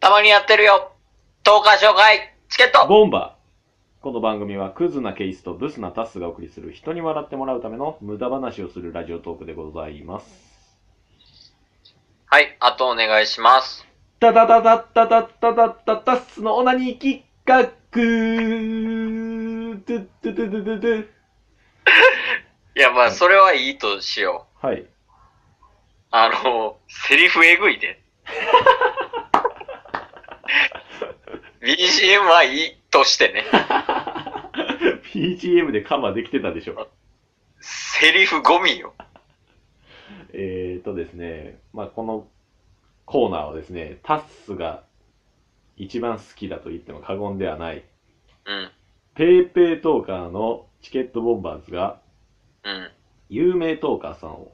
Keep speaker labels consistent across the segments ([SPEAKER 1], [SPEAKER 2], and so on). [SPEAKER 1] たまにやってるよ。10日紹介、チケット
[SPEAKER 2] ボンバーこの番組はクズなケイスとブスなタッスがお送りする人に笑ってもらうための無駄話をするラジオトークでございます。
[SPEAKER 1] はい、あとお願いします。
[SPEAKER 2] たたたたたたたたたタッスのオナニー企画トゥトゥトゥトゥトゥトゥ
[SPEAKER 1] いや、まあ、それはいいとしよ
[SPEAKER 2] はい。
[SPEAKER 1] う。あの、セリフえぐいで。BGM はいいとしてね。
[SPEAKER 2] PGM でカバーできてたでしょ。
[SPEAKER 1] セリフゴミよ。
[SPEAKER 2] えーとですね、まあ、このコーナーはですね、タッスが一番好きだと言っても過言ではない、
[SPEAKER 1] うん、
[SPEAKER 2] ペーペートーカーのチケットボンバーズが
[SPEAKER 1] うん、
[SPEAKER 2] 有名トーカーさんを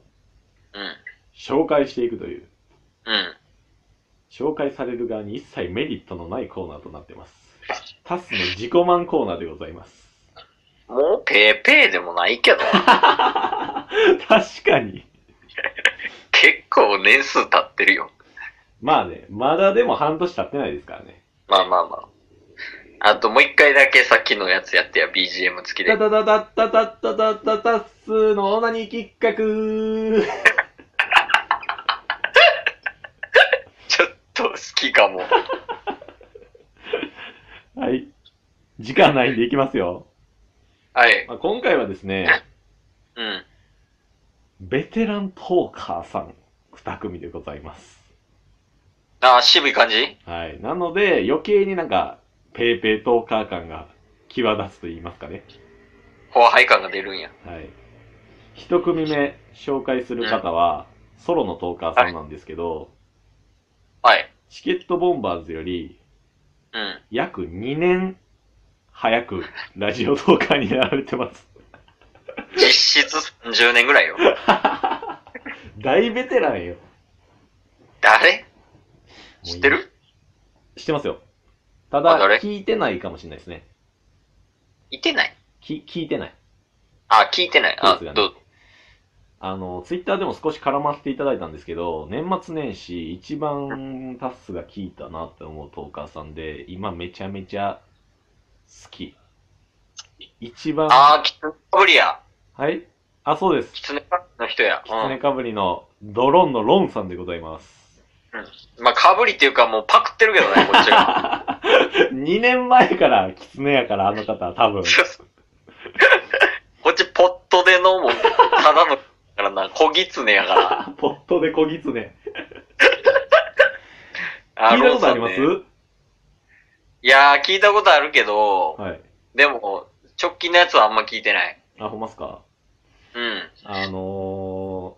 [SPEAKER 1] うん、
[SPEAKER 2] 紹介していくという、
[SPEAKER 1] うん。
[SPEAKER 2] 紹介される側に一切メリットのないコーナーとなってます。タッスの自己満コーナーでございます。
[SPEAKER 1] もうペーペーでもないけど、
[SPEAKER 2] 確かに。
[SPEAKER 1] 結構年数経ってるよ。
[SPEAKER 2] まあね、まだでも半年経ってないですからね。
[SPEAKER 1] まあまあまあ。あともう一回だけさっきのやつやってや、BGM 付きで
[SPEAKER 2] タ。タタタタタタタタタッスーのオナニー企画
[SPEAKER 1] ちょっと好きかも。
[SPEAKER 2] はい。時間ないんでいきますよ。
[SPEAKER 1] はい。
[SPEAKER 2] まあ、今回はですね、
[SPEAKER 1] うん。
[SPEAKER 2] ベテラントーカーさん2組でございます。
[SPEAKER 1] あー、渋い感じ
[SPEAKER 2] はい。なので、余計になんか、ペーペートーカー感が際立つと言いますかね。
[SPEAKER 1] 後輩感が出るんや。
[SPEAKER 2] はい。一組目紹介する方は、ソロのトーカーさんなんですけど、
[SPEAKER 1] はい。
[SPEAKER 2] チケットボンバーズより
[SPEAKER 1] うん。
[SPEAKER 2] 約2年早くラジオトーカーになられてます。
[SPEAKER 1] 実質30年ぐらいよ。
[SPEAKER 2] 大ベテランよ。
[SPEAKER 1] 誰知って
[SPEAKER 2] もう
[SPEAKER 1] る
[SPEAKER 2] い知ってますよ。た
[SPEAKER 1] あ
[SPEAKER 2] だ、
[SPEAKER 1] 誰
[SPEAKER 2] 聞いてないかもしれないですね。
[SPEAKER 1] いてない
[SPEAKER 2] き聞いてない。
[SPEAKER 1] あ、聞いてない。
[SPEAKER 2] そう
[SPEAKER 1] あ
[SPEAKER 2] ですよ、ね
[SPEAKER 1] どう
[SPEAKER 2] あの、ツイッターでも少し絡ませていただいたんですけど、年末年始一番タッスが聞いたなって思うトーカーさんで、今めちゃめちゃ好き。一番、
[SPEAKER 1] あー、キツネかぶりや。
[SPEAKER 2] はいあ、そうです。
[SPEAKER 1] キツネかぶりの人や。
[SPEAKER 2] キツネ
[SPEAKER 1] う
[SPEAKER 2] かぶりのドロンのロンさんでございます。
[SPEAKER 1] ん。まあ、かぶりっていうかもうパクってるけどね、こっち が。
[SPEAKER 2] 2年前からキツネやから、あの方は多 分。
[SPEAKER 1] こっちポットでのもう、ただの、からな、小ギツネやから。
[SPEAKER 2] ポットで小ギツネ。
[SPEAKER 1] ー
[SPEAKER 2] 聞いたことあります、
[SPEAKER 1] ローソンねいやー、聞いたことあるけど、
[SPEAKER 2] はい。
[SPEAKER 1] でも、直近のやつはあんま聞いてない。
[SPEAKER 2] あ、ほんますか
[SPEAKER 1] うん。
[SPEAKER 2] あの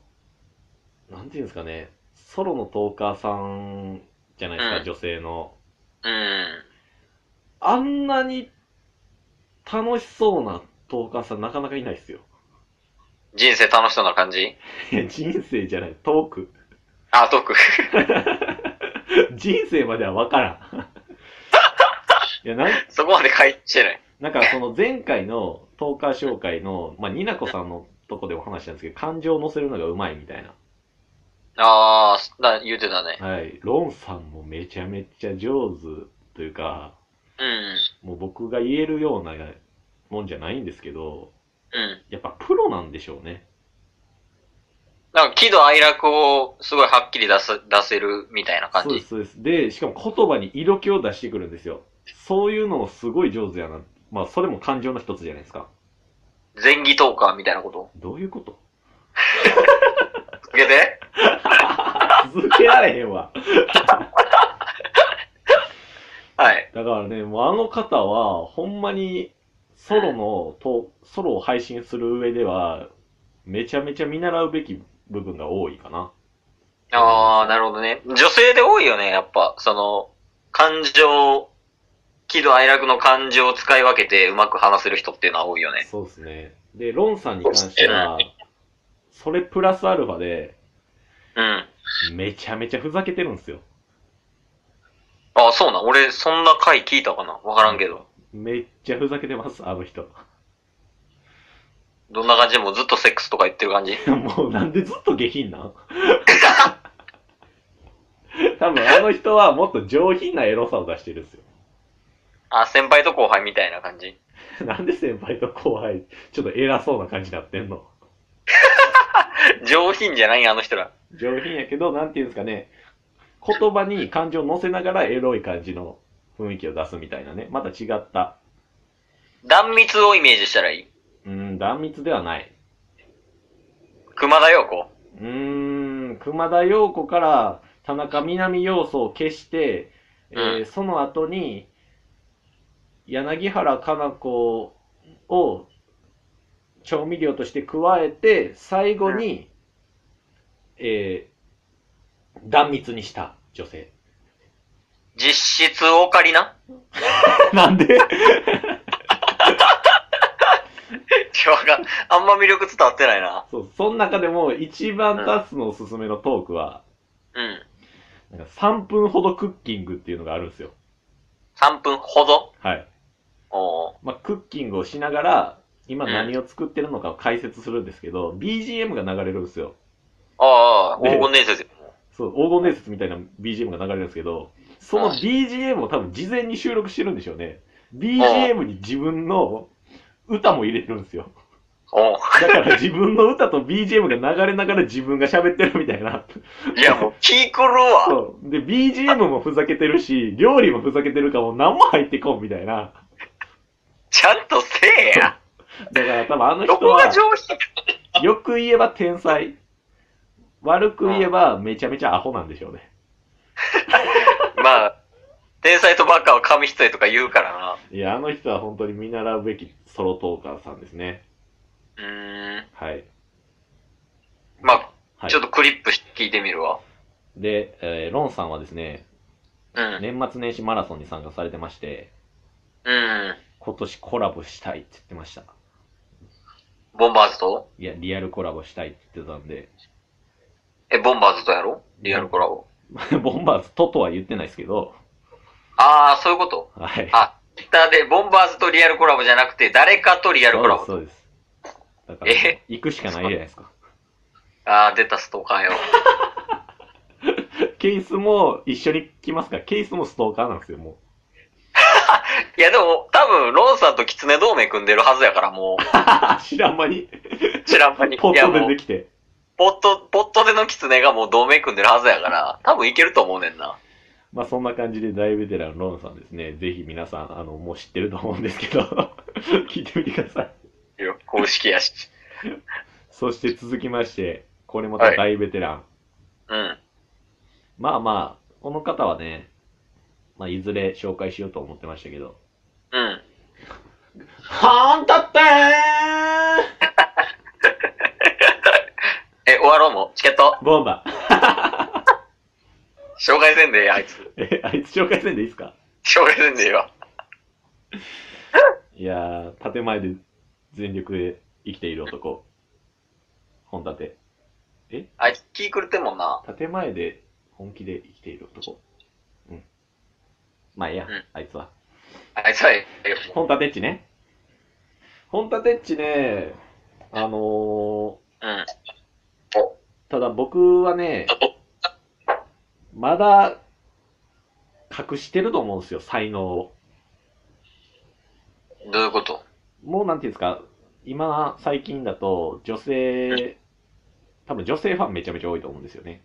[SPEAKER 2] ー、なんていうんですかね、ソロのトーカーさんじゃないですか、
[SPEAKER 1] うん
[SPEAKER 2] 女性の。
[SPEAKER 1] うん。
[SPEAKER 2] あんなに楽しそうなトーカーさんなかなかいないで すよ。
[SPEAKER 1] 人生楽しそうな感じ
[SPEAKER 2] いや人生じゃない、トーク。
[SPEAKER 1] あ、トーク。
[SPEAKER 2] 人生まではわからん。いや、なん
[SPEAKER 1] そこまで書いてない。
[SPEAKER 2] なんかその前回のトーカー紹介の、まあ、になこさんのとこでお話したんですけど、感情を乗せるのがうまいみたいな。
[SPEAKER 1] あー、だ言うてたね。
[SPEAKER 2] はい。ロンさんもめちゃめちゃ上手というか、
[SPEAKER 1] うん。
[SPEAKER 2] もう僕が言えるようなもんじゃないんですけど、
[SPEAKER 1] うん。
[SPEAKER 2] やっぱプロなんでしょうね。
[SPEAKER 1] なんか、喜怒哀楽をすごいはっきり出す、出せるみたいな感
[SPEAKER 2] そうで
[SPEAKER 1] じ。
[SPEAKER 2] す、そうです。で、しかも言葉に色気を出してくるんですよ。そういうのもすごい上手やな。まあ、それも感情の一つじゃないですか。
[SPEAKER 1] 前儀トーカーみたいなこと。
[SPEAKER 2] どういうこと
[SPEAKER 1] 続けて。
[SPEAKER 2] 続けられへんわ。
[SPEAKER 1] はい。
[SPEAKER 2] だからね、もうあの方は、ほんまに、ソロの、と、ソロを配信する上では、めちゃめちゃ見習うべき部分が多いかな。
[SPEAKER 1] あー、なるほどね。女性で多いよね、やっぱ。その、感情、喜怒哀楽の感情を使い分けてうまく話せる人っていうのは多いよね。
[SPEAKER 2] そうですね。で、ロンさんに関しては、それプラスアルファで、
[SPEAKER 1] うん。
[SPEAKER 2] めちゃめちゃふざけてるんですよ。
[SPEAKER 1] あ、そうなん。俺、そんな回聞いたかなわからんけど。。
[SPEAKER 2] めっちゃふざけてます、あの人。
[SPEAKER 1] どんな感じもうずっとセックス とか言ってる感じ
[SPEAKER 2] もうなんでずっと下品なん 多分あの人はもっと上品なエロさを出してるんですよ。
[SPEAKER 1] あ、先輩と後輩みたいな感じ。
[SPEAKER 2] なんで先輩と後輩、ちょっと偉そうな感じになってんの
[SPEAKER 1] 上品じゃないあの人ら。
[SPEAKER 2] 上品やけど、なんていうんですかね、言葉に感情を乗せながらエロい感じの雰囲気を出すみたいなね。また違った。
[SPEAKER 1] 断密をイメージしたらいい。
[SPEAKER 2] うん、断密ではない。
[SPEAKER 1] 熊田陽子。
[SPEAKER 2] うーん、熊田陽子から田中みな実要素を消して、えー
[SPEAKER 1] う
[SPEAKER 2] その後に、柳原加奈子を調味料として加えて、最後に、えー断密にした女性。
[SPEAKER 1] 実質オカリナ
[SPEAKER 2] なんで
[SPEAKER 1] ちょわかんあんま魅力伝わってないな。
[SPEAKER 2] そう、その中でも一番タッスのおすすめのトークは、
[SPEAKER 1] うん。
[SPEAKER 2] なんか3分ほどクッキングっていうのがあるんですよ。
[SPEAKER 1] 3分ほど。
[SPEAKER 2] はい。
[SPEAKER 1] おー
[SPEAKER 2] まあ、クッキングをしながら、今何を作ってるのかを解説するんですけど、BGM が流れるんですよ。
[SPEAKER 1] ああ、
[SPEAKER 2] で
[SPEAKER 1] 黄金伝説。
[SPEAKER 2] そう、黄金伝説みたいな BGM が流れるんですけど、その BGM を多分事前に収録してるんでしょうね。BGM に自分の歌も入れてるんですよ。
[SPEAKER 1] おー
[SPEAKER 2] だから自分の歌と BGM が流れながら自分が喋ってるみたいな。
[SPEAKER 1] いやもう、聞くるわ。
[SPEAKER 2] そう。で、BGM もふざけてるし、料理もふざけてるからもう何も入ってこんみたいな。
[SPEAKER 1] ちゃんとせえや。
[SPEAKER 2] だから多分あの
[SPEAKER 1] ど
[SPEAKER 2] 人
[SPEAKER 1] こ
[SPEAKER 2] は
[SPEAKER 1] が、上品
[SPEAKER 2] よく言えば天才。悪く言えばめちゃめちゃアホなんでしょうね。
[SPEAKER 1] まあ、天才とバカは紙一重とか言うからな。
[SPEAKER 2] いや、あの人は本当に見習うべきソロトーカーさんですね。
[SPEAKER 1] うーん。
[SPEAKER 2] はい。
[SPEAKER 1] まあ、
[SPEAKER 2] はい、
[SPEAKER 1] ちょっとクリップし聞いてみるわ。
[SPEAKER 2] で、えーロンさんはですね、
[SPEAKER 1] うん。
[SPEAKER 2] 年末年始マラソンに参加されてまして、
[SPEAKER 1] うん。
[SPEAKER 2] 今年コラボしたいって言ってました。
[SPEAKER 1] ボンバーズと
[SPEAKER 2] いや、リアルコラボしたいって言ってたんで、
[SPEAKER 1] え、ボンバーズとやろリアルコラボ。
[SPEAKER 2] ボンバーズととは言ってないですけど、
[SPEAKER 1] ああ、そういうこと。
[SPEAKER 2] はい。
[SPEAKER 1] あツイッターで、ボンバーズとリアルコラボじゃなくて、誰かとリアルコラボ。
[SPEAKER 2] そうです。そうですだから、
[SPEAKER 1] え
[SPEAKER 2] 行くしかないじゃないですか。
[SPEAKER 1] ああ、出たストーカーよ。
[SPEAKER 2] ケースも一緒に来ますから、ケースもストーカーなんですよ、もう。
[SPEAKER 1] いや、でも、多分、ロンさんとキツネ同盟組んでるはずやから、も
[SPEAKER 2] あ知らん間に、
[SPEAKER 1] う、知らん間に。
[SPEAKER 2] ポ
[SPEAKER 1] いや、
[SPEAKER 2] ッ
[SPEAKER 1] も
[SPEAKER 2] ト
[SPEAKER 1] う
[SPEAKER 2] 出てきて。
[SPEAKER 1] ポット、ポットでのキツネがもう同盟組んでるはずやから、多分いけると思うねんな。
[SPEAKER 2] まあそんな感じで大ベテランロンさんですね。ぜひ皆さん、あの、もう知ってると思うんですけど、 聞いてみてください。
[SPEAKER 1] いや公式やし。
[SPEAKER 2] そして続きまして、これまた大ベテラン。
[SPEAKER 1] うん。
[SPEAKER 2] まあまあ、この方はね、まあいずれ紹介しようと思ってましたけど。
[SPEAKER 1] うん。
[SPEAKER 2] はーんたって
[SPEAKER 1] え、終わろうもう。チケット。
[SPEAKER 2] ーボンバー。
[SPEAKER 1] 紹介せんでええ、あいつ。
[SPEAKER 2] え、あいつ紹介せんでいいですか
[SPEAKER 1] 紹介せんでええわ。
[SPEAKER 2] いやー、建前で全力で生きている男。本立て。
[SPEAKER 1] あいつ、気狂ってんもんな。
[SPEAKER 2] 建前で本気で生きている男。うん。まあ、いいや、
[SPEAKER 1] うん
[SPEAKER 2] あいつは。
[SPEAKER 1] あいつはええよ。
[SPEAKER 2] 本立てっちね。本立てっちね、あのー、
[SPEAKER 1] うん。
[SPEAKER 2] ただ僕はね、まだ隠してると思うんですよ、才能を。
[SPEAKER 1] どういうこと
[SPEAKER 2] もうなんていうんですか、今、最近だと、女性、多分女性ファンめちゃめちゃ多いと思うんですよね。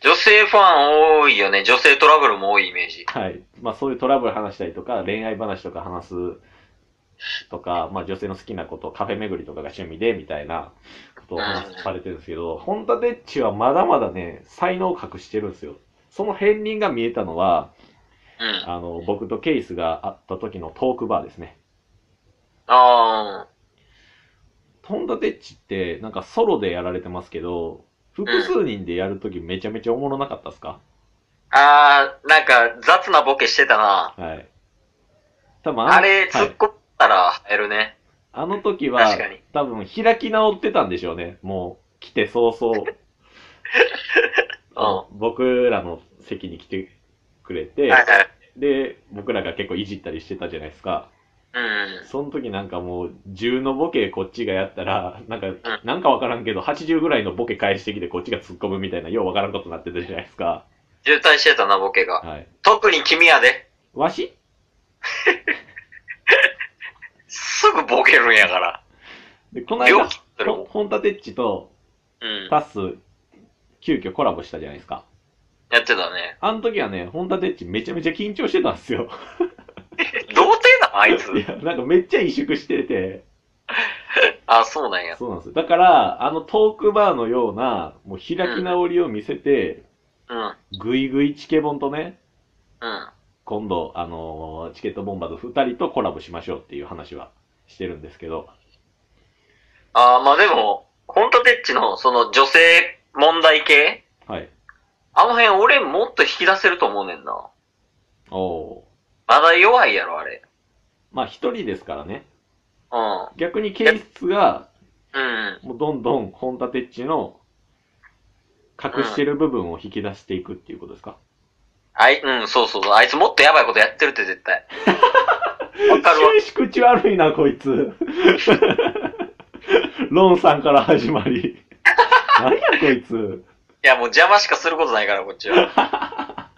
[SPEAKER 1] 女性ファン多いよね。女性トラブルも多いイメージ。
[SPEAKER 2] はい。まあそういうトラブル話したりとか、恋愛話とか話すとか、まあ女性の好きなこと、カフェ巡りとかが趣味で、みたいなことを話されてるんですけど、ホンダデッチはまだまだね、才能を隠してるんですよ。その片鱗が見えたのは、
[SPEAKER 1] うん。
[SPEAKER 2] あの、僕とケイスが会った時のトークバーですね。
[SPEAKER 1] あ
[SPEAKER 2] ホンダデッチって、なんかソロでやられてますけど、複数人でやるときめちゃめちゃおもろなかったっすか、
[SPEAKER 1] あ。ああ、なんか雑なボケしてたな。
[SPEAKER 2] はい。多分
[SPEAKER 1] あれ、
[SPEAKER 2] は
[SPEAKER 1] 突っ
[SPEAKER 2] い、
[SPEAKER 1] 込んだら入るね。
[SPEAKER 2] あの時は、
[SPEAKER 1] 確かに。
[SPEAKER 2] 多分開き直ってたんでしょうね。もう来て早 々。僕らの席に来てくれて、
[SPEAKER 1] はいはい。
[SPEAKER 2] で、僕らが結構いじったりしてたじゃないですか。
[SPEAKER 1] うん。
[SPEAKER 2] その時なんかもう、10のボケこっちがやったら、なんか、なんかわからんけど、80ぐらいのボケ返してきてこっちが突っ込むみたいな、ようわからんことになってたじゃないですか。
[SPEAKER 1] 渋滞してたな、ボケが。
[SPEAKER 2] はい。
[SPEAKER 1] 特に君やで。
[SPEAKER 2] わし
[SPEAKER 1] すぐボケるんやから。
[SPEAKER 2] で、この
[SPEAKER 1] 病
[SPEAKER 2] 間、
[SPEAKER 1] 気するもん。
[SPEAKER 2] ホンタテッチと
[SPEAKER 1] うん。
[SPEAKER 2] タス、急遽コラボしたじゃないですか。
[SPEAKER 1] やってたね。
[SPEAKER 2] あの時はね、ホンタテッチめちゃめちゃ緊張してたんですよ。
[SPEAKER 1] 童貞なのあいつ。
[SPEAKER 2] いや、なんかめっちゃ萎縮してて。
[SPEAKER 1] あ、そうなんや。
[SPEAKER 2] そうなんですよ。だから、あのトークバーのような、もう開き直りを見せて、
[SPEAKER 1] うん。
[SPEAKER 2] ぐいぐいチケボンとね、
[SPEAKER 1] うん。
[SPEAKER 2] 今度、あのーチケットボンバーズ2人とコラボしましょうっていう話はしてるんですけど、
[SPEAKER 1] あーまあでも、ホンタテッチのその女性問題系
[SPEAKER 2] はい。
[SPEAKER 1] あの辺俺もっと引き出せると思うねんな。
[SPEAKER 2] おお
[SPEAKER 1] まだ弱いやろ、あれ。
[SPEAKER 2] ー。まあ一人ですからね。
[SPEAKER 1] うん。
[SPEAKER 2] 逆にケイスが、
[SPEAKER 1] うん。
[SPEAKER 2] もうどんどんホンタテッチの隠してる部分を引き出していくっていうことですか、
[SPEAKER 1] あい、うん、そうそうそう。あいつもっとやばいことやってるって絶対。わかるわ。
[SPEAKER 2] 終始口悪いな、こいつ。ロンさんから始まり。何や、こいつ。
[SPEAKER 1] いや、もう邪魔しかすることないから、こっちは。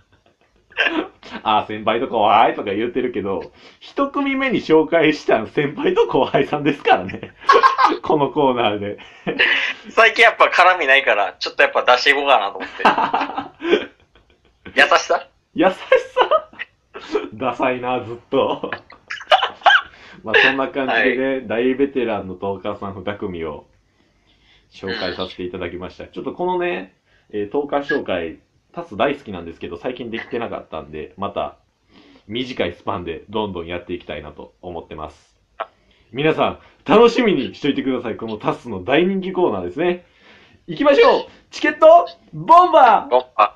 [SPEAKER 2] ああ、先輩と後輩とか言ってるけど、一組目に紹介した先輩と後輩さんですからね。このコーナーで。
[SPEAKER 1] 最近やっぱ絡みないから、ちょっとやっぱ出していこうかなと思っ て。優しさ
[SPEAKER 2] 優しさダサいな、ずっと。まあ、そんな感じでね、大ベテランのトーカーさん2組を紹介させていただきました。ちょっとこのね、えー、トーカー紹介、タス大好きなんですけど、最近できてなかったんで、また短いスパンでどんどんやっていきたいなと思ってます。皆さん、楽しみにしといてください。このタスの大人気コーナーですね。行きましょうチケットボンバー
[SPEAKER 1] あ、